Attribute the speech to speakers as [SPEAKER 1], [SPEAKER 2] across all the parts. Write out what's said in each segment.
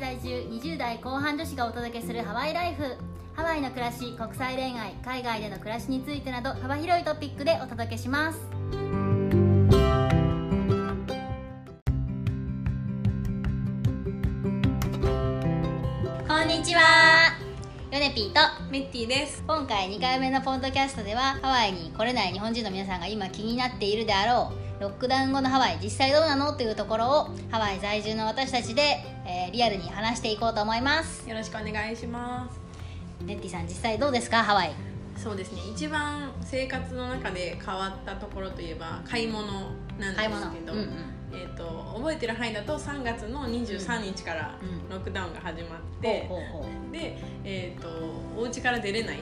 [SPEAKER 1] 20代後半女子がお届けするハワイライフハワイの暮らし国際恋愛海外での暮らしについてなど幅広いトピックでお届けしますこんにちはヨネピーと
[SPEAKER 2] メッティです
[SPEAKER 1] 今回2回目のポッドキャストではハワイに来れない日本人の皆さんが今気になっているであろうロックダウン後のハワイ実際どうなのというところをハワイ在住の私たちで、えーリアルに話していこうと思います
[SPEAKER 2] よろしくお願いしま
[SPEAKER 1] ネッティさん実際どうですかハワイ
[SPEAKER 2] すそうですね一番生活の中で変わったところといえば買い物なんで
[SPEAKER 1] 買い物
[SPEAKER 2] すけど、
[SPEAKER 1] うんうん
[SPEAKER 2] えー、と覚えてる範囲だと3月の23日から
[SPEAKER 1] うん
[SPEAKER 2] ロックダウンが始まって、
[SPEAKER 1] ほうほうほ
[SPEAKER 2] で、えー、とお家から出れない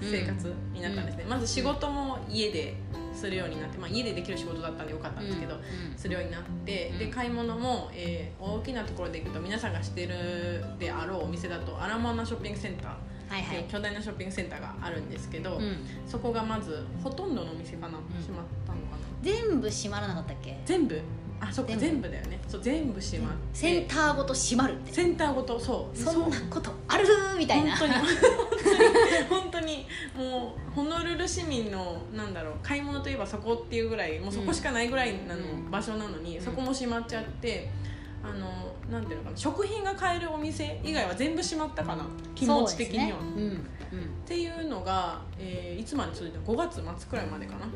[SPEAKER 2] 生活になったんですね、まず仕事も家でするようになって、まあ、家でできる仕事だったんでよかった
[SPEAKER 1] うん
[SPEAKER 2] ですけど、
[SPEAKER 1] うん
[SPEAKER 2] するようになって、
[SPEAKER 1] うん
[SPEAKER 2] で買い物も、えー大きなところで行くと皆さんが知ってるであろうお店だとアラモアナショッピングセンター
[SPEAKER 1] はい
[SPEAKER 2] っ
[SPEAKER 1] は
[SPEAKER 2] ていう
[SPEAKER 1] い
[SPEAKER 2] 巨大なショッピングセンターがあるんですけど、
[SPEAKER 1] うん
[SPEAKER 2] そこがまずほとんどのお店かな、
[SPEAKER 1] ん
[SPEAKER 2] 閉まったのかな
[SPEAKER 1] 全部閉まらなかったっけ
[SPEAKER 2] 全部あそっか
[SPEAKER 1] 全部
[SPEAKER 2] 全部だよねそう全部閉まって
[SPEAKER 1] センターごと閉まるって
[SPEAKER 2] センターごとそう
[SPEAKER 1] そんな
[SPEAKER 2] う
[SPEAKER 1] ことあるみたいな
[SPEAKER 2] 本当に 本当に本当にもうホノルル市民のなんだろう買い物といえばそこっていうぐらいもうそこしかないぐらいなの、
[SPEAKER 1] うん
[SPEAKER 2] 場所なのに、
[SPEAKER 1] うん
[SPEAKER 2] そこも閉まっちゃってあのなんていうのかな食品が買えるお店以外は全部閉まったかな、気持ち的には、
[SPEAKER 1] そうですねうんう
[SPEAKER 2] っ
[SPEAKER 1] ん
[SPEAKER 2] ていうのが、えーいつまで続いた5月末くらいまでかな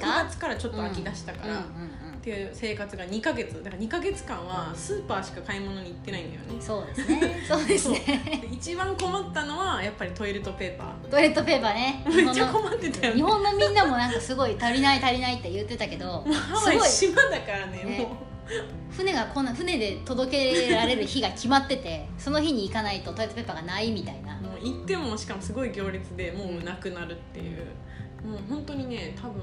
[SPEAKER 2] 確か6
[SPEAKER 1] か
[SPEAKER 2] 月からちょっと空き出したから、
[SPEAKER 1] うん
[SPEAKER 2] っ
[SPEAKER 1] うんうん
[SPEAKER 2] ていう生活が2ヶ月だから2ヶ月間はスーパーしか買い物に行ってないんだよね
[SPEAKER 1] そうですね。そうですね。
[SPEAKER 2] で一番困ったのはやっぱりトイレットペー パ
[SPEAKER 1] トイレットペーパーね。
[SPEAKER 2] ーめっちゃ困ってたよ
[SPEAKER 1] 日
[SPEAKER 2] ね
[SPEAKER 1] 本の日本のみんなもなんかすごい足りない足りないって言ってたけど、
[SPEAKER 2] ハワイ
[SPEAKER 1] す
[SPEAKER 2] 島だからね
[SPEAKER 1] ね
[SPEAKER 2] も
[SPEAKER 1] 船がこんな船で届けられる日が決まってて、その日に行かないとトイレットペーパーがないみたいな
[SPEAKER 2] う。もう行ってもしかもすごい行列でもうなくなるっていうもう本当にね多分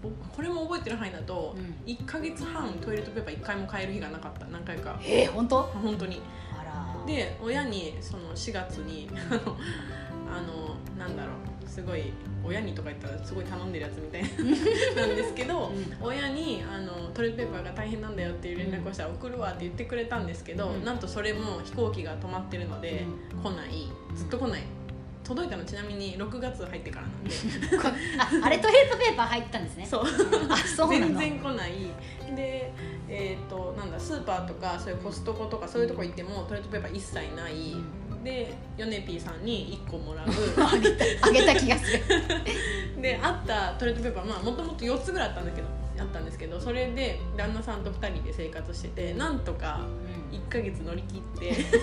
[SPEAKER 2] おこれも覚えてる範囲だと
[SPEAKER 1] うん
[SPEAKER 2] 1ヶ月半トイレットペーパー1回も買える日がなかった何回か
[SPEAKER 1] えー、本当？
[SPEAKER 2] 本当に
[SPEAKER 1] あら。
[SPEAKER 2] で親にその4月に あのあのなんだろうすごい親にとか言ったらすごい頼んでるやつみたい ななんですけど
[SPEAKER 1] う
[SPEAKER 2] 親にあのトイレットペーパーが大変なんだよっていう連絡をしたら送るわって言ってくれたんですけど、
[SPEAKER 1] うん
[SPEAKER 2] なんとそれも飛行機が止まってるので
[SPEAKER 1] う
[SPEAKER 2] 来ないずっと来ない届いたのちなみに6月入ってからなんで
[SPEAKER 1] んこあ、あれトイレットペーパー入ってたんですね。
[SPEAKER 2] そう
[SPEAKER 1] あ、そうな
[SPEAKER 2] 全
[SPEAKER 1] の。
[SPEAKER 2] 然来ないでえっ、となんだスーパーとかそういうコストコとかそういうとこ行ってもトイレットペーパー一切ない、でヨネピーさんに1個もら う
[SPEAKER 1] あげた気がする。
[SPEAKER 2] であったトイレットペーパーまあもともと4つぐらいあったんだけどあったんですけどそれで旦那さんと2人で生活しててなんとか1ヶ月乗り切 って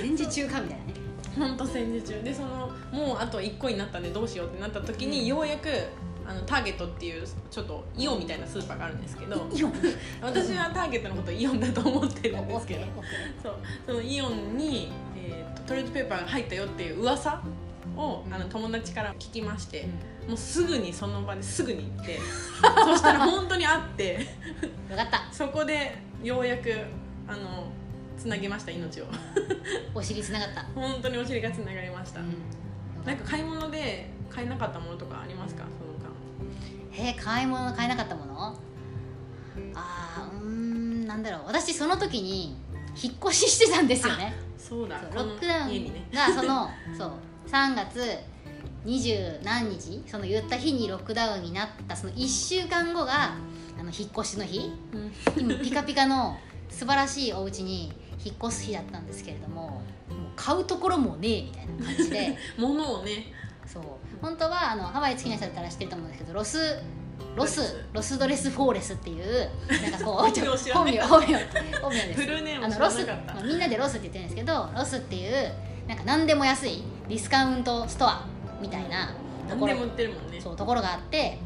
[SPEAKER 1] 戦時中かみたいなね。
[SPEAKER 2] ほんと戦時中でそのもうあと1個になったんでどうしようってなった時に、ようやくあのターゲットっていうちょっとイオンみたいなスーパーがあるんですけど
[SPEAKER 1] イオン。
[SPEAKER 2] 私はターゲットのことイオンだと思ってるん
[SPEAKER 1] オ
[SPEAKER 2] で
[SPEAKER 1] ッ
[SPEAKER 2] す
[SPEAKER 1] ケ
[SPEAKER 2] けど
[SPEAKER 1] ー。オッケー
[SPEAKER 2] そうそのイオンに、えーとトイレットペーパーが入ったよっていう噂をあの友達から聞きまして、もうすぐにその場ですぐに行って そしたら本当に会って
[SPEAKER 1] うんよかった。
[SPEAKER 2] そこでようやくあのつなぎました命を
[SPEAKER 1] お尻つながった。
[SPEAKER 2] 本当にお尻がつながりました、
[SPEAKER 1] うん
[SPEAKER 2] なんか買い物で買えなかったものとかありますかその間
[SPEAKER 1] えー買い物買えなかったものあーうーんなんだろう私その時に引っ越ししてたんですよね
[SPEAKER 2] そうだ
[SPEAKER 1] そう
[SPEAKER 2] こ
[SPEAKER 1] ロ
[SPEAKER 2] の
[SPEAKER 1] ックダウ
[SPEAKER 2] 家にね
[SPEAKER 1] ンがそのそう3月二十何日その言った日にロックダウンになったその1週間後があの引っ越しの 日
[SPEAKER 2] うん
[SPEAKER 1] 今ピカピカの素晴らしいお家に引っ越す日だったんですけれどももう買うところもねえみたいな感じで。
[SPEAKER 2] 物をね
[SPEAKER 1] そう本当はあのハワイ好きな人だったら知ってると思うんですけどロス
[SPEAKER 2] ド
[SPEAKER 1] ロ
[SPEAKER 2] レ
[SPEAKER 1] ス
[SPEAKER 2] ス
[SPEAKER 1] ロスドレスフォーレスっていうなんかこう
[SPEAKER 2] 本名知ら
[SPEAKER 1] 本
[SPEAKER 2] な
[SPEAKER 1] 名
[SPEAKER 2] い
[SPEAKER 1] 本名本名です
[SPEAKER 2] フルネー
[SPEAKER 1] あ
[SPEAKER 2] ム
[SPEAKER 1] の
[SPEAKER 2] 知
[SPEAKER 1] ロ
[SPEAKER 2] ら
[SPEAKER 1] ス、
[SPEAKER 2] なかった
[SPEAKER 1] まあ、みんなでロスって言ってるんですけどロスっていうなんか何でも安いディスカウントストアみたいなと
[SPEAKER 2] 何
[SPEAKER 1] こ
[SPEAKER 2] で
[SPEAKER 1] ろ
[SPEAKER 2] も売ってるもんね
[SPEAKER 1] そうところがあって、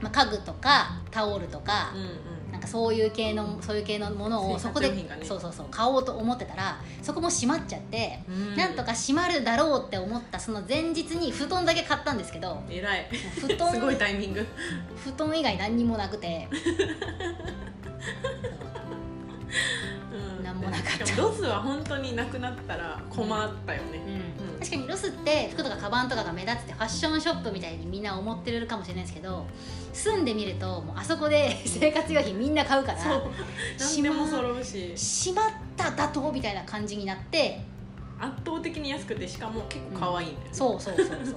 [SPEAKER 1] まあ、家具とかタオルとか、
[SPEAKER 2] うんうん
[SPEAKER 1] なんかそういう系のそういう系のものをそこで、
[SPEAKER 2] 生活用品がね
[SPEAKER 1] そうそうそう買おうと思ってたらそこも閉まっちゃって、
[SPEAKER 2] うん
[SPEAKER 1] なんとか閉まるだろうって思ったその前日に布団だけ買ったんですけ ど
[SPEAKER 2] 偉い
[SPEAKER 1] 布団
[SPEAKER 2] すごいタイミング
[SPEAKER 1] 布団以外何にもなくて
[SPEAKER 2] うん
[SPEAKER 1] 何もなかっ
[SPEAKER 2] しかもロスは本当になくなったら困ったよね、うん
[SPEAKER 1] 確かにロスって服とかカバンとかが目立っててファッションショップみたいにみんな思ってるかもしれないですけど住んでみるともうあそこで 生活用品みんな買うから
[SPEAKER 2] そう何でも揃うし
[SPEAKER 1] しまっただとみたいな感じになって
[SPEAKER 2] 圧倒的に安くてしかも結構可愛いんだよね、
[SPEAKER 1] そうそうそうそうそう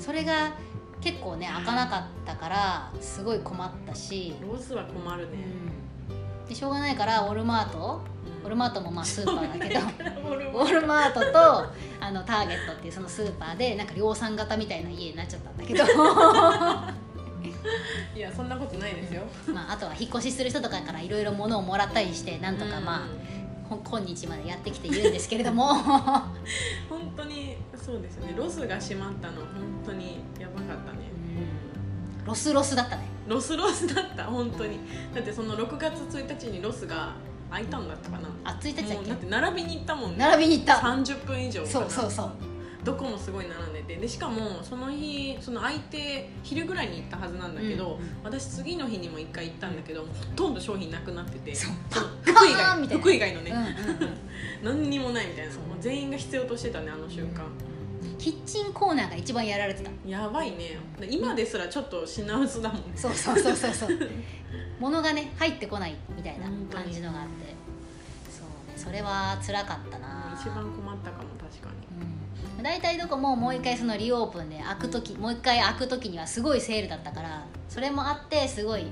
[SPEAKER 1] それが結構ね開かなかったからすごい困ったし、
[SPEAKER 2] ロスは困る
[SPEAKER 1] う
[SPEAKER 2] ね、
[SPEAKER 1] ん、でしょうがないからウォルマートウォルマートもまあスーパーだ けど
[SPEAKER 2] 俺
[SPEAKER 1] ウォルマートとあのターゲットっていうそのスーパーでなんか量産型みたいな家になっちゃったん だけど
[SPEAKER 2] いやそんなことないですよ、
[SPEAKER 1] まああとは引っ越しする人とかからいろいろ物をもらったりしてなんとかまあ、
[SPEAKER 2] あ
[SPEAKER 1] ほん今日までやってきているんですけれども
[SPEAKER 2] 本当にそうですねロスが閉まったの本当にやばかったね
[SPEAKER 1] うんロスロスだったね
[SPEAKER 2] ロスロスだった本当にだってその6月1日にロスが開いたんだったかな
[SPEAKER 1] あ1日だ
[SPEAKER 2] も
[SPEAKER 1] っ
[SPEAKER 2] うだっ
[SPEAKER 1] け
[SPEAKER 2] て並びに行ったもんね
[SPEAKER 1] 並びに行った
[SPEAKER 2] 30分以上かな
[SPEAKER 1] そうそうそう
[SPEAKER 2] どこもすごい並んでてでしかもその日その空いて昼ぐらいに行ったはずなんだけど、
[SPEAKER 1] うんうん
[SPEAKER 2] 私次の日にも1回行ったんだけどもうほとんど商品なくなってて
[SPEAKER 1] そう
[SPEAKER 2] そう
[SPEAKER 1] パッ
[SPEAKER 2] 服
[SPEAKER 1] カ
[SPEAKER 2] 以
[SPEAKER 1] ーン
[SPEAKER 2] 外
[SPEAKER 1] みたいな
[SPEAKER 2] 服以外のね、
[SPEAKER 1] うんうん
[SPEAKER 2] 何にもないみたいな
[SPEAKER 1] そう
[SPEAKER 2] もう全員が必要としてたねあの瞬間
[SPEAKER 1] キッチンコーナーが一番やられてた
[SPEAKER 2] やばいね今ですらちょっと品薄だもん
[SPEAKER 1] そうそうそうそうそう物がね入ってこないみたいな感じのがあってそうねそれは辛かったな
[SPEAKER 2] 一番困ったかも確かに
[SPEAKER 1] うん大体どこももう一回そのリオープンで開く時もう一回開く時にはすごいセールだったからそれもあってすごい
[SPEAKER 2] う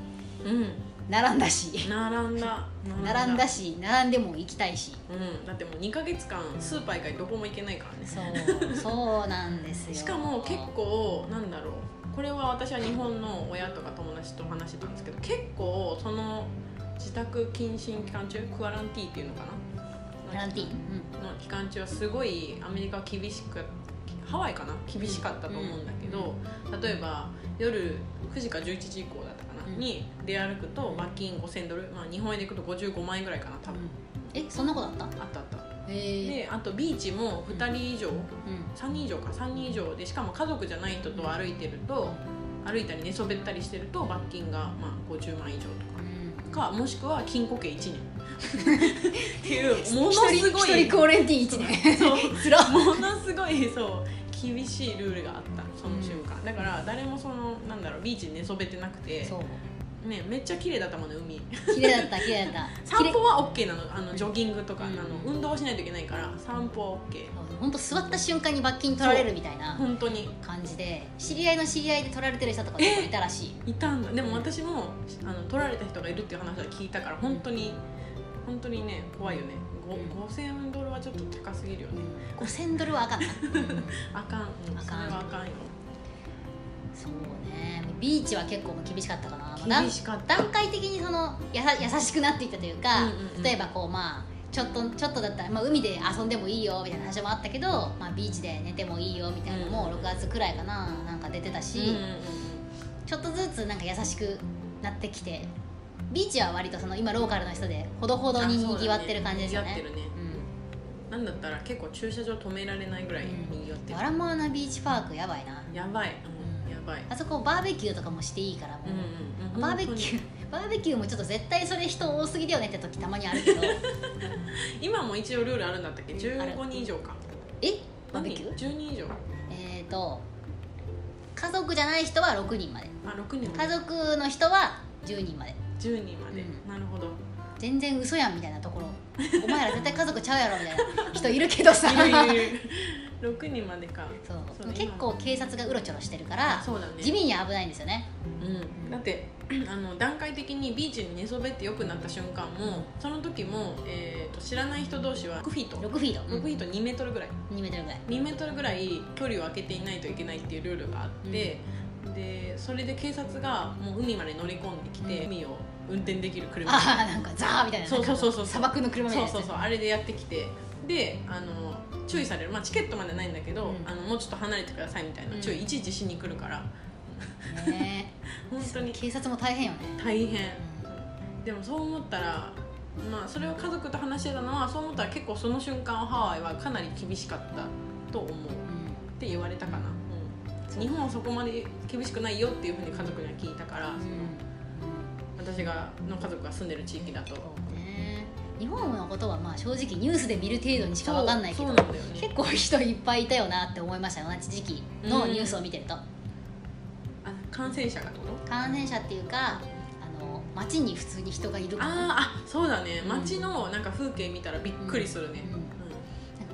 [SPEAKER 2] ん
[SPEAKER 1] 並んだ し
[SPEAKER 2] 並んだ
[SPEAKER 1] 並んだし並んでも行きたいし
[SPEAKER 2] うん、だってもう2か月間スーパー以外どこも行けないからね
[SPEAKER 1] そうそうなんですよ
[SPEAKER 2] しかも結構なんだろうこれは私は日本の親とか友達と話してたんですけど結構その自宅謹慎期間中クアランティーっていうのか
[SPEAKER 1] グラ
[SPEAKER 2] な
[SPEAKER 1] ンティーン、
[SPEAKER 2] の期間中はすごいアメリカは厳しくハワイかな厳しかったと思うんだけど、例えば夜9時か11時以降だったかな、
[SPEAKER 1] うん
[SPEAKER 2] に出歩くと罰金5000ドル、まあ、日本円でいくと55万円ぐらいかな多
[SPEAKER 1] うん
[SPEAKER 2] 分、
[SPEAKER 1] えそんなことあった
[SPEAKER 2] あったあった
[SPEAKER 1] へえ
[SPEAKER 2] であとビーチも2人以上、
[SPEAKER 1] うん
[SPEAKER 2] 3人以上か3人以上でしかも家族じゃない人と歩いてると歩いたり寝そべったりしてると罰金がまあ50万以上
[SPEAKER 1] うん
[SPEAKER 2] とかかもしくは禁錮刑1年 っていうもの
[SPEAKER 1] 一
[SPEAKER 2] す
[SPEAKER 1] 人
[SPEAKER 2] ご
[SPEAKER 1] 一
[SPEAKER 2] い
[SPEAKER 1] 人クオレンティー1年
[SPEAKER 2] そう
[SPEAKER 1] つらっ
[SPEAKER 2] ものすごいそう厳しいルールがあったその瞬間だから誰もそのなんだろうビーチに寝そべってなくて
[SPEAKER 1] そ、
[SPEAKER 2] ね、めっちゃ綺麗だったもんね海
[SPEAKER 1] う綺麗だった綺麗だった
[SPEAKER 2] 散歩は OK なのあのジョギングとか、
[SPEAKER 1] うん
[SPEAKER 2] あの運動はしないといけないから散歩は OK
[SPEAKER 1] 本当座った瞬間に罰金取られるみたいな
[SPEAKER 2] 本当に
[SPEAKER 1] 感じで知り合いの知り合いで取られてる人とか結構いたらしい
[SPEAKER 2] いたんだでも私もあの取られた人がいるっていう話は聞いたから本当に本当にね怖いよねご
[SPEAKER 1] うん
[SPEAKER 2] 5000ドルはちょっと高すぎるよね
[SPEAKER 1] 5000ドルはあか んな
[SPEAKER 2] あかん、うん
[SPEAKER 1] あかん
[SPEAKER 2] それはあかんよ
[SPEAKER 1] そうねビーチは結構厳しかったかなまあ
[SPEAKER 2] 厳しかった
[SPEAKER 1] 段階的にそのやさ優しくなっていったというか、
[SPEAKER 2] うんうんうん
[SPEAKER 1] 例えばこうまあちょっとちょっとだったら、まあ、海で遊んでもいいよみたいな話もあったけど、まあ、ビーチで寝てもいいよみたいなのも
[SPEAKER 2] うん
[SPEAKER 1] 6月くらいかななんか出てたし、
[SPEAKER 2] うんうんうん
[SPEAKER 1] ちょっとずつなんか優しくなってきてビーチは割とその今ローカルの人でほどほどににぎわってる感じですよ
[SPEAKER 2] あそうだ
[SPEAKER 1] ね
[SPEAKER 2] ね
[SPEAKER 1] う
[SPEAKER 2] なんだったら結構駐車場止められないぐらいにぎわっ
[SPEAKER 1] ん
[SPEAKER 2] てる
[SPEAKER 1] バラモアナビーチパークやばいな
[SPEAKER 2] やばい、う
[SPEAKER 1] うん
[SPEAKER 2] ん、やばい
[SPEAKER 1] あそこバーベキューとかもしていいからも
[SPEAKER 2] うん
[SPEAKER 1] う、
[SPEAKER 2] うんうん
[SPEAKER 1] バーベキューバーベキューもちょっと絶対それ人多すぎだよねって時たまにある けど
[SPEAKER 2] 本当に今も一応ルールあるんだったっけ
[SPEAKER 1] ある
[SPEAKER 2] 15人以上か
[SPEAKER 1] えバーベキュー
[SPEAKER 2] 何 ?10 人以上
[SPEAKER 1] えっ、ー、と家族じゃない人は6人まで
[SPEAKER 2] あ6人
[SPEAKER 1] 家族の人は10人まで
[SPEAKER 2] 10人まで、
[SPEAKER 1] うん
[SPEAKER 2] なるほど
[SPEAKER 1] 全然嘘やんみたいなところお前ら絶対家族ちゃうやろみたいな人いるけどさ
[SPEAKER 2] いるいるいる6人までか
[SPEAKER 1] そう
[SPEAKER 2] そう今
[SPEAKER 1] 結構警察がうろちょろしてるから
[SPEAKER 2] そうだね
[SPEAKER 1] 地味に危ないんですよね
[SPEAKER 2] うん、だって あの段階的にビーチに寝そべって良くなった瞬間もその時も、えー、と知らない人同士は6フィート
[SPEAKER 1] 6
[SPEAKER 2] 6
[SPEAKER 1] フィート、
[SPEAKER 2] フィート2メートルぐらい
[SPEAKER 1] 2メートルぐらい
[SPEAKER 2] 2メートルぐらい距離を空けていないといけないっていうルールがあって、でそれで警察がもう海まで乗り込んできて、
[SPEAKER 1] うん
[SPEAKER 2] 海を運転できる車
[SPEAKER 1] ああなんかザーみたいな
[SPEAKER 2] そうそうそうそう
[SPEAKER 1] なんか砂漠の車みた
[SPEAKER 2] そう
[SPEAKER 1] いなやつ
[SPEAKER 2] そうそうあれでやってきてであの注意される、まあ、チケットまでないんだけど、
[SPEAKER 1] うん
[SPEAKER 2] あのもうちょっと離れてくださいみたいな注
[SPEAKER 1] う
[SPEAKER 2] 意いちいちしに来るから
[SPEAKER 1] ね
[SPEAKER 2] 本当に
[SPEAKER 1] 警察も大変よね
[SPEAKER 2] 大変。でもそう思ったらまあそれを家族と話してたのはそう思ったら結構その瞬間ハワイはかなり厳しかったと思うっ
[SPEAKER 1] う
[SPEAKER 2] て言われたかな、うん日本はそこまで厳しくないよっていうふうに家族には聞いたから、
[SPEAKER 1] ん、うん
[SPEAKER 2] 私がの家族が住んでる地域だと
[SPEAKER 1] そうね日本のことはまあ正直ニュースで見る程度にしか分かんないけ
[SPEAKER 2] そ
[SPEAKER 1] ど
[SPEAKER 2] うなんだよね
[SPEAKER 1] 結構人いっぱいいたよなって思いました同じ時期のニュースを見てると、
[SPEAKER 2] あ感染者がってこと
[SPEAKER 1] 感染者っていうかあの街に普通に人がいるからなんか
[SPEAKER 2] あーあそうだね街のなんか風景見たらびっくりするね、
[SPEAKER 1] うん
[SPEAKER 2] うん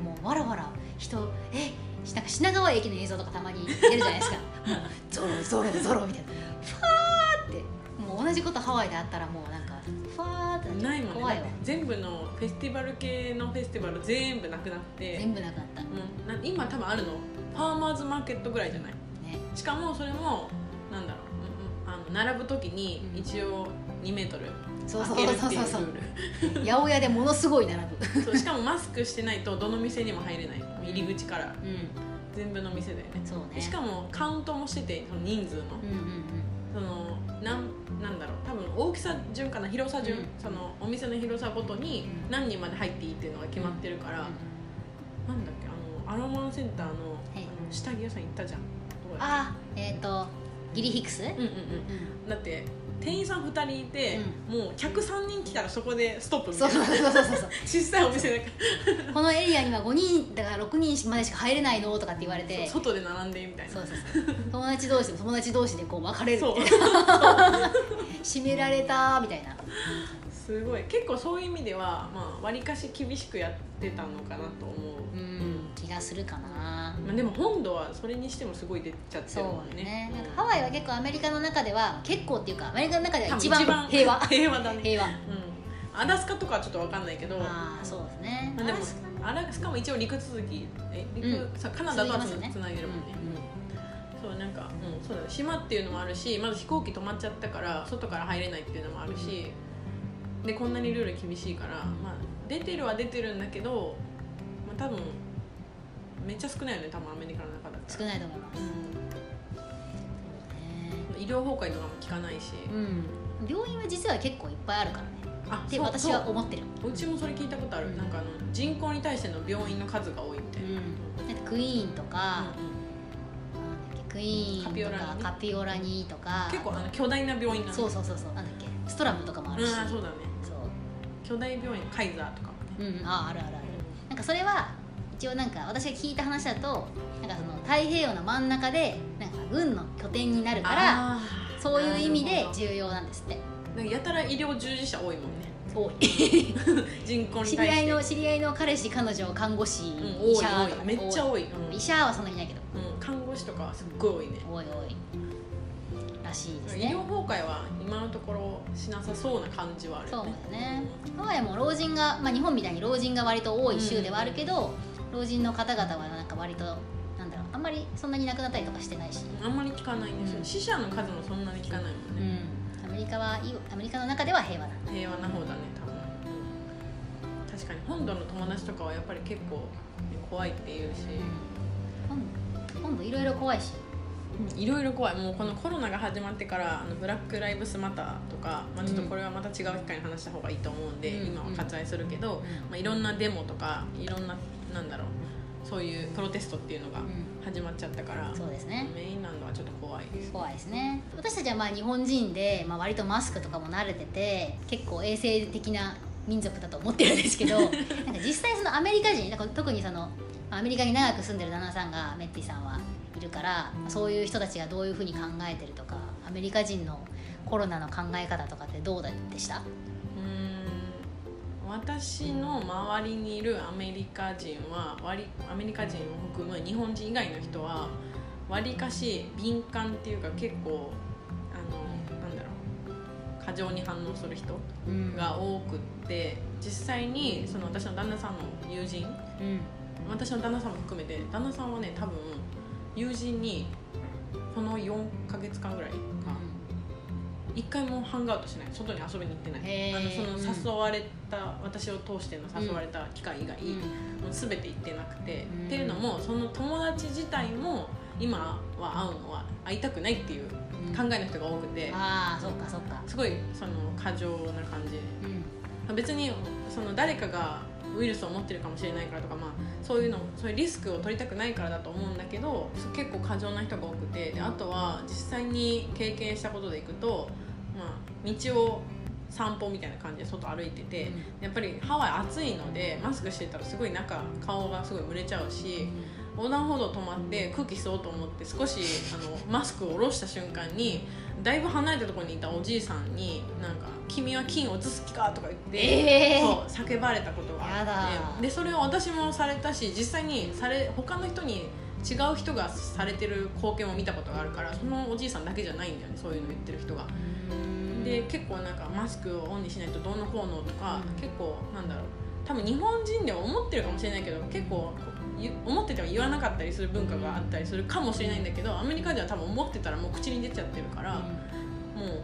[SPEAKER 1] もうわらわら人えなんか品川駅の映像とかたまに出るじゃないですか もうゾロゾロゾロみたいなファーってもう同じことハワイであったらもうなんかファーって
[SPEAKER 2] ないもんね
[SPEAKER 1] 怖いわ
[SPEAKER 2] だって全部のフェスティバル系のフェスティバル全部なくなって
[SPEAKER 1] 全部なくなったね
[SPEAKER 2] うんな今多分あるのファーマーズマーケットぐらいじゃないしかもそれもなんだろう、うんうんあの並ぶ時に
[SPEAKER 1] うん
[SPEAKER 2] 一応2メートル
[SPEAKER 1] そうそう
[SPEAKER 2] 開
[SPEAKER 1] そ
[SPEAKER 2] け
[SPEAKER 1] う
[SPEAKER 2] るって
[SPEAKER 1] そう
[SPEAKER 2] いうル
[SPEAKER 1] そう
[SPEAKER 2] ール
[SPEAKER 1] 八百屋でものすごい並ぶ
[SPEAKER 2] そうしかもマスクしてないとどの店にも入れない入り口から
[SPEAKER 1] うん
[SPEAKER 2] 全部の店だよね
[SPEAKER 1] そうね
[SPEAKER 2] しかもカウントもしててその人数の
[SPEAKER 1] うんうんうん
[SPEAKER 2] そのなんなんだろう多分大きさ順かな広さ順、
[SPEAKER 1] うん
[SPEAKER 2] そのお店の広さごとに
[SPEAKER 1] うん
[SPEAKER 2] 何人まで入っていいっていうのが決まってるから、なんだっけあのアロマンセンターのあ
[SPEAKER 1] い
[SPEAKER 2] の下着屋さん行ったじゃんどこだっ
[SPEAKER 1] あえっ、とギリヒクス、
[SPEAKER 2] けうんうんうんだって店員さん2人いて、もう客3人来たらそこでストップみた
[SPEAKER 1] そう
[SPEAKER 2] い
[SPEAKER 1] そ
[SPEAKER 2] な
[SPEAKER 1] うそうそうそう
[SPEAKER 2] 小さいお店だか
[SPEAKER 1] このエリアには5人だから6人までしか入れないのとかって言われ
[SPEAKER 2] ら
[SPEAKER 1] て
[SPEAKER 2] そう外で並んでみたいな
[SPEAKER 1] そうそうそう友達同士でも友達同士でこう別れるみたいな締められたみたいな
[SPEAKER 2] すごい結構そういう意味ではまあ割かし厳しくやってたのかなと思
[SPEAKER 1] う
[SPEAKER 2] う、
[SPEAKER 1] ん気がするかな
[SPEAKER 2] まあ、でも本土はそれにしてもすごい出ちゃって
[SPEAKER 1] そ
[SPEAKER 2] る
[SPEAKER 1] う
[SPEAKER 2] もん
[SPEAKER 1] ね
[SPEAKER 2] ね
[SPEAKER 1] なんかハワイは結構アメリカの中では結構っていうかアメリカの中では一
[SPEAKER 2] 多分
[SPEAKER 1] 番平和
[SPEAKER 2] 平和だね、
[SPEAKER 1] 平和
[SPEAKER 2] うん、アラスカとかはちょっとわかんないけど
[SPEAKER 1] ああそうですね
[SPEAKER 2] まあでも
[SPEAKER 1] アラスカね
[SPEAKER 2] アラスカも一応陸続きえ陸、
[SPEAKER 1] う
[SPEAKER 2] さカナダとはつ,、
[SPEAKER 1] 続きますよね
[SPEAKER 2] なげるもんね、
[SPEAKER 1] うんうん
[SPEAKER 2] そうなんか、うん、そうだね島っていうのもあるしまず飛行機止まっちゃったから外から入れないっていうのもあるし、でこんなにルール厳しいから、まあ、出てるは出てるんだけど、まあ、多分めっちゃ少ないよね多分アメリカの中だった
[SPEAKER 1] 少
[SPEAKER 2] ら、
[SPEAKER 1] ないと思います、ね
[SPEAKER 2] うん、医療崩壊とかも聞かないし、
[SPEAKER 1] うん病院は実は結構いっぱいあるからね
[SPEAKER 2] あ
[SPEAKER 1] って
[SPEAKER 2] そう
[SPEAKER 1] 私は
[SPEAKER 2] そう
[SPEAKER 1] 思ってる
[SPEAKER 2] うちもそれ聞いたことある、
[SPEAKER 1] うん
[SPEAKER 2] なんかあの人口に対しての病院の数が多いみたいな、
[SPEAKER 1] だってクイーンと
[SPEAKER 2] う
[SPEAKER 1] か、
[SPEAKER 2] んうん
[SPEAKER 1] なんだっけクイー
[SPEAKER 2] カ
[SPEAKER 1] ン
[SPEAKER 2] ピオ
[SPEAKER 1] と
[SPEAKER 2] ラ
[SPEAKER 1] か
[SPEAKER 2] ニ
[SPEAKER 1] カピオラニとか
[SPEAKER 2] 結構あの巨大な病院なの
[SPEAKER 1] そうそうそうそうなんだっけストラムとかもあ
[SPEAKER 2] うん
[SPEAKER 1] るし、
[SPEAKER 2] あそうだね
[SPEAKER 1] そう
[SPEAKER 2] 巨大病院カイザーとかもね
[SPEAKER 1] うんああるあるあるなんかそれは一応なんか私が聞いた話だとなんかその太平洋の真ん中でなんか軍の拠点になるから
[SPEAKER 2] あー
[SPEAKER 1] そういう意味
[SPEAKER 2] なる
[SPEAKER 1] で
[SPEAKER 2] ほど
[SPEAKER 1] 重要なんですって
[SPEAKER 2] なんかやたら医療従事者多いもんね
[SPEAKER 1] 多い
[SPEAKER 2] 人口に
[SPEAKER 1] 知り
[SPEAKER 2] 対
[SPEAKER 1] 合
[SPEAKER 2] して
[SPEAKER 1] いの知り合いの彼氏彼女看護師、
[SPEAKER 2] うん、
[SPEAKER 1] 医
[SPEAKER 2] 多い
[SPEAKER 1] 者
[SPEAKER 2] 多
[SPEAKER 1] とか
[SPEAKER 2] いめっちゃ
[SPEAKER 1] 多い
[SPEAKER 2] 多い、うん
[SPEAKER 1] 医者はそんなにいないけど
[SPEAKER 2] うん看護師とかはすっごい多いね
[SPEAKER 1] 多い多いらしいです
[SPEAKER 2] 医
[SPEAKER 1] ね
[SPEAKER 2] 療崩壊は今のところしなさそうな感じはある
[SPEAKER 1] そう
[SPEAKER 2] よ
[SPEAKER 1] だ
[SPEAKER 2] ね
[SPEAKER 1] ねハワイも老人が、まあ、日本みたいに老人が割と多い州ではあるけど、老人の方々はなんか割となんだろうあんまりそんなに亡くなったりとかしてないし、
[SPEAKER 2] あんまり聞かないんですよ、
[SPEAKER 1] うん
[SPEAKER 2] 死者の数もそんなに聞かないもん
[SPEAKER 1] う
[SPEAKER 2] ね、
[SPEAKER 1] ん、アメリカはいいアメリカの中では平和なんだ
[SPEAKER 2] 平和な方だね多分確かに本土の友達とかはやっぱり結構ね怖いって言うし、
[SPEAKER 1] 今度今度いろいろ怖いし
[SPEAKER 2] いろいろ怖いもうこのコロナが始まってからあのブラック・ライブスマターとか、まあ、ちょっとこれはまた違う機会に話した方がいいと思うんで、
[SPEAKER 1] うん
[SPEAKER 2] 今は割愛するけど、まあ、いろんなデモとかいろんななんだろうそういうプロテストっていうのが
[SPEAKER 1] う
[SPEAKER 2] 始まっちゃったから、
[SPEAKER 1] そうですね
[SPEAKER 2] メインランドはちょっと怖いです
[SPEAKER 1] 怖いですね私たちはまあ日本人で、まあ、割とマスクとかも慣れてて結構衛生的な民族だと思ってるんで すけどなんか実際そのアメリカ人なんか特にそのアメリカに長く住んでる旦那さんがメッティさんはいるからそういう人たちがどういうふうに考えてるとかアメリカ人のコロナの考え方とかってどうでした
[SPEAKER 2] うーん私の周りにいるアメリカ人は割アメリカ人を含む日本人以外の人はわりかし敏感っていうか結構あのなんだろう過剰に反応する人
[SPEAKER 1] うん
[SPEAKER 2] が多くって実際にその私の旦那さんの友人
[SPEAKER 1] うん
[SPEAKER 2] 私の旦那さんも含めて旦那さんはね多分友人にこの4ヶ月間ぐらいか1回もハングアウトしない外に遊びに行ってな
[SPEAKER 1] へ
[SPEAKER 2] い
[SPEAKER 1] ー
[SPEAKER 2] あのその誘われた、私を通しての誘われた機会以外、もう全て行ってなくて、
[SPEAKER 1] うん
[SPEAKER 2] っていうのもその友達自体も今は会うのは会いたくないっていう
[SPEAKER 1] うん
[SPEAKER 2] 考えの人が多くて、
[SPEAKER 1] ああそっかそっか
[SPEAKER 2] すごいその過剰な感じ
[SPEAKER 1] うん
[SPEAKER 2] 別にその誰かがウイルスを持ってるかもしれないからとか、まあ、そういうのそういうリスクを取りたくないからだと思うんだけど結構過剰な人が多くてであとは実際に経験したことでいくと、まあ、道を散歩みたいな感じで外歩いてて、
[SPEAKER 1] うん
[SPEAKER 2] やっぱりハワイ暑いのでマスクしてたらすごい中顔がすごい蒸れちゃうし横断歩道止まって空気吸おうと思って少しあのマスクを下ろした瞬間にだいぶ離れたところにいたおじいさんに「なんか君は金を移す気か?」とか言って、
[SPEAKER 1] えー
[SPEAKER 2] そう叫ばれたことが
[SPEAKER 1] や
[SPEAKER 2] あっ
[SPEAKER 1] だ
[SPEAKER 2] てでそれを私もされたし実際にされ他の人に違う人がされてる光景も見たことがあるからそのおじいさんだけじゃないんだよねそういうの言ってる人が。で結構なんかマスクをオンにしないとどうのこうのとか、
[SPEAKER 1] うん
[SPEAKER 2] 結構なんだろう多分日本人では思ってるかもしれないけど結構ゆ思ってても言わなかったりする文化があったりするかもしれないんだけどアメリカでは多分思ってたらもう口に出ちゃってるから、もうなんだろう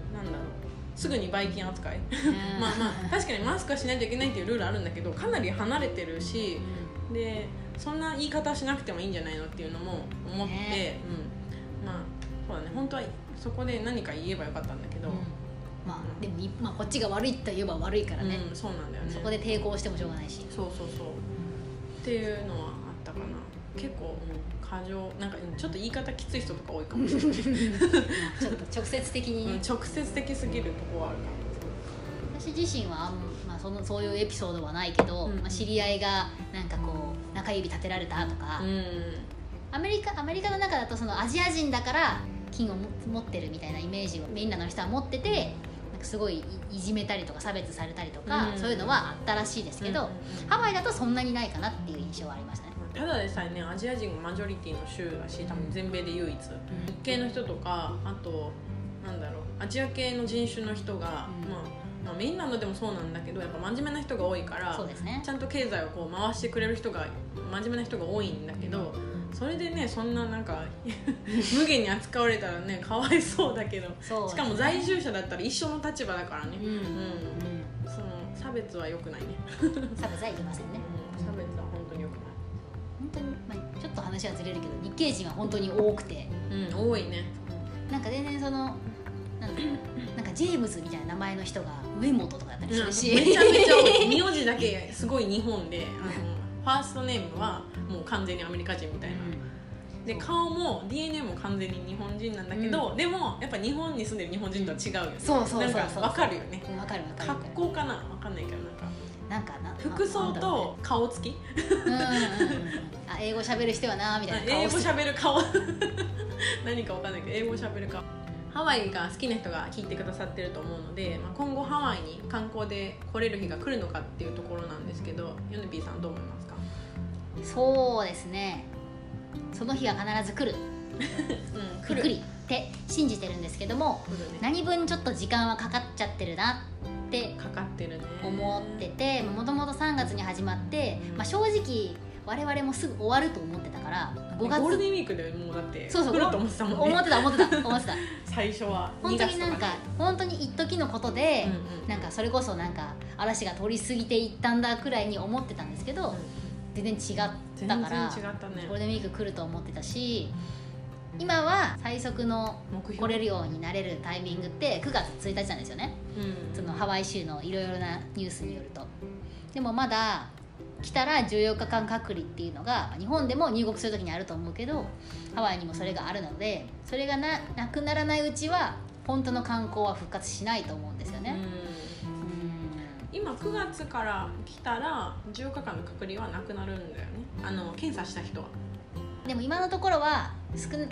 [SPEAKER 2] すぐにばい菌扱いまあまあ確かにマスクはしないといけないっていうルールあるんだけどかなり離れてるしでそんな言い方はしなくてもいいんじゃないのっていうのも思って、
[SPEAKER 1] ね
[SPEAKER 2] うん、まあそうだね本当はそこで何か言えばよかったんだけど。
[SPEAKER 1] まあでもい、まあ、こっちが悪いと言えば悪いからね、
[SPEAKER 2] うん、そうなんだよね
[SPEAKER 1] そこで抵抗してもしょうがないし
[SPEAKER 2] そうそうそうっていうのはあったかな結構、うん、過剰なんかうんちょっと言い方きつい人とか多いかもしれない、
[SPEAKER 1] ちょっと直接的
[SPEAKER 2] うん
[SPEAKER 1] に、
[SPEAKER 2] 直接的すぎるとこはあるかも
[SPEAKER 1] 私自身はあん、まあ、そのそういうエピソードはないけど、
[SPEAKER 2] うん
[SPEAKER 1] まあ、知り合いがなんかこう中指立てられたとか、
[SPEAKER 2] うん
[SPEAKER 1] アメリカアメリカの中だとそのアジア人だから金をも持ってるみたいなイメージをみんなの人は持っててなんかすごいいいじめたりとか差別されたりとか、
[SPEAKER 2] うん
[SPEAKER 1] そういうのはあったらしいですけど、
[SPEAKER 2] うん
[SPEAKER 1] ハワイだとそんなにないかなっていう印象はありましたね。
[SPEAKER 2] ただでさえねアジア人がマジョリティの州だし多分全米で唯一日系の人とかあとなんだろうアジア系の人種の人が、
[SPEAKER 1] うん
[SPEAKER 2] まあ、まあメインランドでもそうなんだけどやっぱ真面目な人が多いから
[SPEAKER 1] そうですね
[SPEAKER 2] ちゃんと経済をこう回してくれる人が真面目な人が多いんだけど、それでねそんななんか 無限に扱われたらねかわいそうだけど
[SPEAKER 1] そう
[SPEAKER 2] しかも在住者だったら一緒の立場だからね
[SPEAKER 1] うん、うん
[SPEAKER 2] うんその差別は良くないね、
[SPEAKER 1] 差別はいけませんね
[SPEAKER 2] うん、差別は本当に良くな
[SPEAKER 1] 本当に、まあ、ちょっと話はずれるけど日系人は本当に多くて
[SPEAKER 2] いうん多いね
[SPEAKER 1] なんか全然そのなんだろうなんかジェームズみたいな名前の人が上本とかだったりするし、
[SPEAKER 2] めちゃめちゃ多い名字だけすごい日本であのファーストネームはもう完全にアメリカ人みたいな、で顔も DNA も完全に日本人なんだけど、でもやっぱ日本に住んでる日本人とは違うよね、
[SPEAKER 1] そうそうそうそう
[SPEAKER 2] なんか分かるよね
[SPEAKER 1] うんわかるわかるわか
[SPEAKER 2] 格好
[SPEAKER 1] る
[SPEAKER 2] かな分かんないけどなんか
[SPEAKER 1] なんかな
[SPEAKER 2] 服装と顔つき
[SPEAKER 1] なんだろうねうんうんうんあ英語喋る人はなみたいな
[SPEAKER 2] 英
[SPEAKER 1] 顔
[SPEAKER 2] 語
[SPEAKER 1] して
[SPEAKER 2] 喋る顔 何か分かんないけど英語喋る顔ハワイが好きな人が聞いてくださってると思うので、まあ、今後ハワイに観光で来れる日が来るのかっていうところなんですけどヨネピーさんどう思いますか、
[SPEAKER 1] そうですねその日は必ず来る
[SPEAKER 2] うん
[SPEAKER 1] 来るって信じてるんですけども
[SPEAKER 2] 来るね
[SPEAKER 1] 何分ちょっと時間はかかっちゃってるなって
[SPEAKER 2] かかってるね
[SPEAKER 1] 思っててもともと3月に始まって、まあ、正直我々もすぐ終わると思ってたから5
[SPEAKER 2] ゴール
[SPEAKER 1] 月
[SPEAKER 2] デンウィークでもうだって
[SPEAKER 1] そうそう
[SPEAKER 2] 来ると思ってたもんね
[SPEAKER 1] 思ってた思って た思ってた
[SPEAKER 2] 最初は
[SPEAKER 1] 本当になんか本当に一時のことで、
[SPEAKER 2] うんうん
[SPEAKER 1] なんかそれこそなんか嵐が通り過ぎていったんだくらいに思ってたんですけど、全然違っ
[SPEAKER 2] 全然
[SPEAKER 1] た
[SPEAKER 2] 違
[SPEAKER 1] か
[SPEAKER 2] っ
[SPEAKER 1] ら
[SPEAKER 2] たね
[SPEAKER 1] ゴールデンウィーク来ると思ってたし今は最速の
[SPEAKER 2] 目標
[SPEAKER 1] 来れるようになれるタイミングって9月1日なんですよね
[SPEAKER 2] うん
[SPEAKER 1] そのハワイ州のいろいろなニュースによるとでもまだ来たら14日間隔離っていうのがまあ日本でも入国する時にあると思うけどハワイにもそれがあるのでそれがななくならないうちは本当の観光は復活しないと思うんですよね、
[SPEAKER 2] う
[SPEAKER 1] うん
[SPEAKER 2] ん今9月から来たら14日間の隔離はなくなるんだよねあの検査した人は
[SPEAKER 1] でも今のところは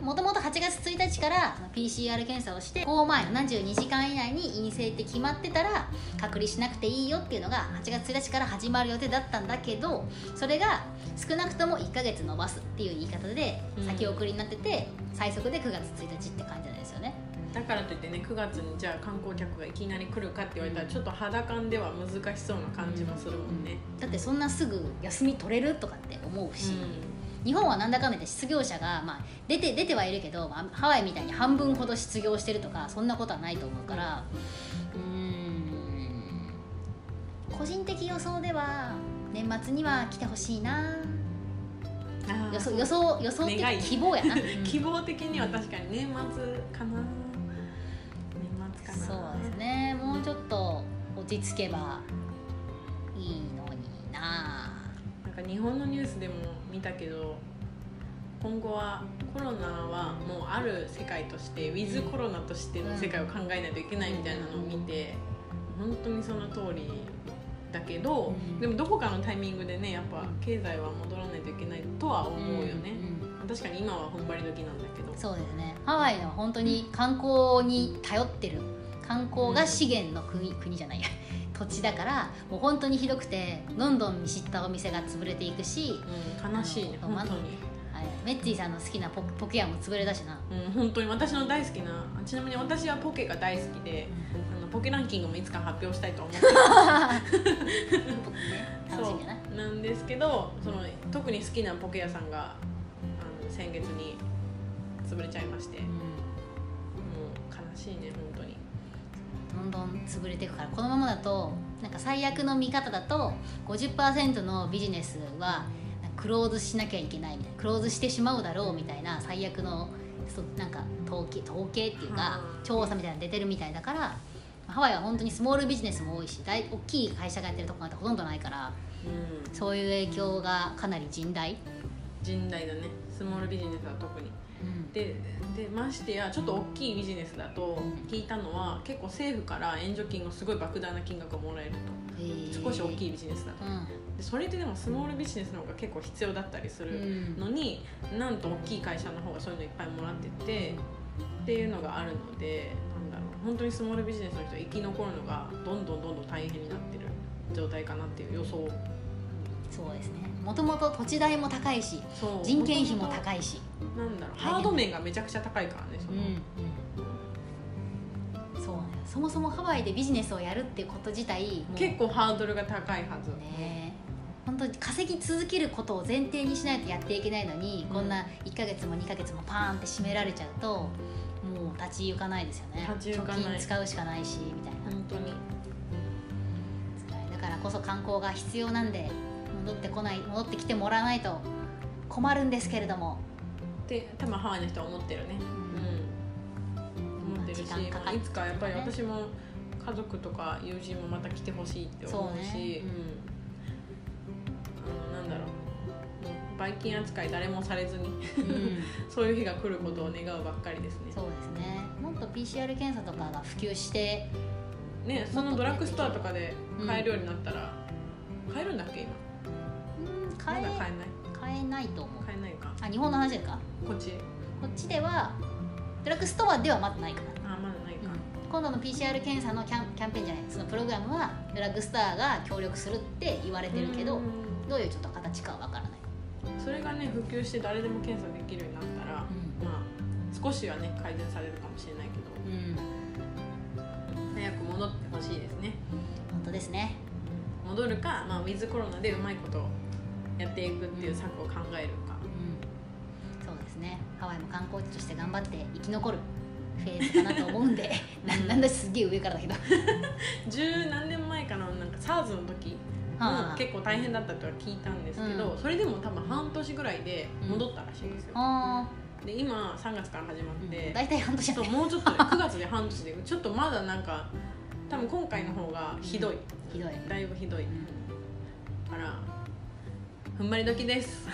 [SPEAKER 1] もともと8月1日からその PCR 検査をして5前72時間以内に陰性って決まってたら隔離しなくていいよっていうのが8月1日から始まる予定だったんだけどそれが少なくとも1ヶ月延ばすっていう言い方で
[SPEAKER 2] うん
[SPEAKER 1] 先送りになってて最速で9月1日って感じなんですよね。
[SPEAKER 2] だからといってね9月にじゃあ観光客がいきなり来るかって言われたらちょっと肌感では難しそうな感じもするもんね、
[SPEAKER 1] だってそんなすぐ休み取れるとかって思うし、
[SPEAKER 2] う
[SPEAKER 1] 日本はなんだかんだ言って失業者が、まあ、出て出てはいるけど、まあハワイみたいに半分ほど失業してるとかそんなことはないと思うからうーん個人的予想では年末には来てほしいなん
[SPEAKER 2] あー
[SPEAKER 1] 予想予想予想的
[SPEAKER 2] 願い
[SPEAKER 1] 希望 やな、うん
[SPEAKER 2] 希望的には確かに年末かな年末かな
[SPEAKER 1] そうですねもうちょっと落ち着けばいいのにな
[SPEAKER 2] なんか日本のニュースでも見たけど今後はコロナはもうある世界としてウィズコロナとしての世界を考えないといけないみたいなのを見て、本当にその通りだけど、
[SPEAKER 1] うん
[SPEAKER 2] でもどこかのタイミングでねやっぱ経済は戻らないといけないとは思うよね、
[SPEAKER 1] んうん
[SPEAKER 2] 確かに今は踏ん張り時なんだけど
[SPEAKER 1] そうですねハワイは本当に観光に頼ってる観光が資源の国,、国じゃないや 土地だからもう本当にひどくてどんどん見知ったお店が潰れていくし
[SPEAKER 2] うん、悲しいね
[SPEAKER 1] あの
[SPEAKER 2] 本当に、
[SPEAKER 1] あれメッツィさんの好きなポポケ屋も潰れたしな、
[SPEAKER 2] うん、本当に私の大好きなあちなみに私はポケが大好きで あのポケランキングもいつか発表したいと思ってる
[SPEAKER 1] 楽しみだな
[SPEAKER 2] そうなんですけどその特に好きなポケ屋さんがあの先月に潰れちゃいましてもう悲しいね本当に
[SPEAKER 1] うんどんどん潰れていくからこのままだとなんか最悪の見方だと50%のビジネスはなんかクローズしなきゃいけないみたいなクローズしてしまうだろうみたいな最悪のそなんか統計統計っていうか
[SPEAKER 2] うん
[SPEAKER 1] 調査みたいなの出てるみたいだからハワイは本当にスモールビジネスも多いし大大きい会社がやってるとこなんてほとんどないから
[SPEAKER 2] うん
[SPEAKER 1] そういう影響がかなり甚大、
[SPEAKER 2] 甚大だねスモールビジネスは特に
[SPEAKER 1] うん
[SPEAKER 2] ででましてやちょっと大きいビジネスだと聞いたのは結構政府から援助金がすごい莫大な金額をもらえる
[SPEAKER 1] え
[SPEAKER 2] と
[SPEAKER 1] ー
[SPEAKER 2] 少し大きいビジネスだとでそれってでもスモールビジネスの方が結構必要だったりす
[SPEAKER 1] うん、
[SPEAKER 2] る、
[SPEAKER 1] うん
[SPEAKER 2] のになんと大きい会社の方がそういうのいっぱいもらっててっていうのがあるのでなんだろう本当にスモールビジネスの人は生き残るのがどんどんどんどん大変になってる状態かなっていう予想
[SPEAKER 1] そうですねもともと土地代も高いし
[SPEAKER 2] そう
[SPEAKER 1] 人件費も
[SPEAKER 2] い
[SPEAKER 1] 高いし、
[SPEAKER 2] なんだろう
[SPEAKER 1] 大変
[SPEAKER 2] ハード面がめちゃくちゃ高いからねその、
[SPEAKER 1] そうねそもそもハワイでビジネスをやるってこと自体もう
[SPEAKER 2] 結構ハードルが高いはず、
[SPEAKER 1] ね本当に稼ぎ続けることを前提にしないとやっていけないのに、
[SPEAKER 2] うん
[SPEAKER 1] こんな1ヶ月も2ヶ月もパーンって締められちゃうともう立ち行かないですよね
[SPEAKER 2] 立ち行かない
[SPEAKER 1] 貯金使うしかないしみたいな
[SPEAKER 2] 本当に
[SPEAKER 1] だからこそ観光が必要なんで戻ってこない戻ってきてもらわないと困るんですけれども、
[SPEAKER 2] で多分ハワイの人は思ってるねうん思ってるし、
[SPEAKER 1] 時間か
[SPEAKER 2] ま
[SPEAKER 1] か
[SPEAKER 2] あ、
[SPEAKER 1] っ
[SPEAKER 2] いつかやっぱり
[SPEAKER 1] ね
[SPEAKER 2] 私も家族とか友人もまた来てほしいって思うし
[SPEAKER 1] そうね
[SPEAKER 2] うん、あのなんだろうもうばい菌扱い誰もされずに
[SPEAKER 1] うん
[SPEAKER 2] そういう日が来ることを願うばっかりですね
[SPEAKER 1] そうですねもっと PCR 検査とかが普及して
[SPEAKER 2] ねそのドラッグストアとかで買えるようになったら、買えるんだっけ今
[SPEAKER 1] うん
[SPEAKER 2] ま
[SPEAKER 1] 買
[SPEAKER 2] だ
[SPEAKER 1] え
[SPEAKER 2] 買えない
[SPEAKER 1] 買えないと思う
[SPEAKER 2] 買えないか
[SPEAKER 1] あ日本の話ですか
[SPEAKER 2] こっち
[SPEAKER 1] こっちではドラッグストアではまだないかな、
[SPEAKER 2] あまだないか、
[SPEAKER 1] 今度の PCR 検査のキャンキャンペーンじゃないそのプログラムはドラッグストアが協力するって言われてるけど、
[SPEAKER 2] うん
[SPEAKER 1] どういうちょっと形かはわからない、
[SPEAKER 2] それがね普及して誰でも検査できるようになったら、まあ少しはね改善されるかもしれないけど
[SPEAKER 1] うん、うん、
[SPEAKER 2] 早く戻ってほしいですね
[SPEAKER 1] 本当ですね
[SPEAKER 2] 戻るか、まあ、ウィズコロナでうまいことやっていくっていう策を考えるか
[SPEAKER 1] うんそうですねハワイも観光地として頑張って生き残るフェーズかなと思うんでな なんだすげえ上からだけど、
[SPEAKER 2] 十何年前かななんか SARS の時
[SPEAKER 1] は
[SPEAKER 2] も結構大変だったとは聞いたんですけど、
[SPEAKER 1] うん
[SPEAKER 2] それでも多分半年ぐらいで戻ったらしいんですよ、
[SPEAKER 1] あ
[SPEAKER 2] で今3月から始まっ
[SPEAKER 1] ー
[SPEAKER 2] て、
[SPEAKER 1] 大体半年
[SPEAKER 2] そう
[SPEAKER 1] だね
[SPEAKER 2] もうちょっとで9月で半年でちょっとまだなんか多分今回の方がひどい、
[SPEAKER 1] ひどい
[SPEAKER 2] だいぶひどい
[SPEAKER 1] うん
[SPEAKER 2] から踏ん張り時です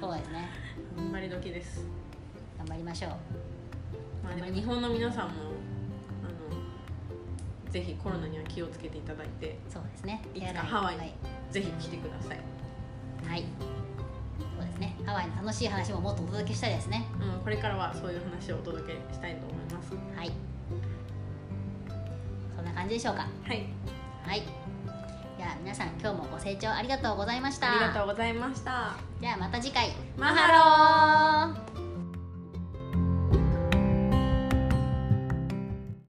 [SPEAKER 1] そうですね
[SPEAKER 2] 踏ん張り時です
[SPEAKER 1] 頑張りましょう
[SPEAKER 2] まあ、でも日本の皆さんもあのぜひコロナには気をつけていただいて
[SPEAKER 1] そうですね
[SPEAKER 2] いつ
[SPEAKER 1] 手
[SPEAKER 2] か
[SPEAKER 1] 洗いう
[SPEAKER 2] ハワイ
[SPEAKER 1] がい
[SPEAKER 2] ぜひ来てください、
[SPEAKER 1] はいそうですねハワイの楽しい話ももっとお届けしたいですね
[SPEAKER 2] うん、これからはそういう話をお届けしたいと思います
[SPEAKER 1] はいそんな感じでしょうか
[SPEAKER 2] はい
[SPEAKER 1] はいじゃあ皆さん今日もご清聴ありがとうございました
[SPEAKER 2] ありがとうございました
[SPEAKER 1] じゃあまた次回
[SPEAKER 2] マハロ
[SPEAKER 1] ハロー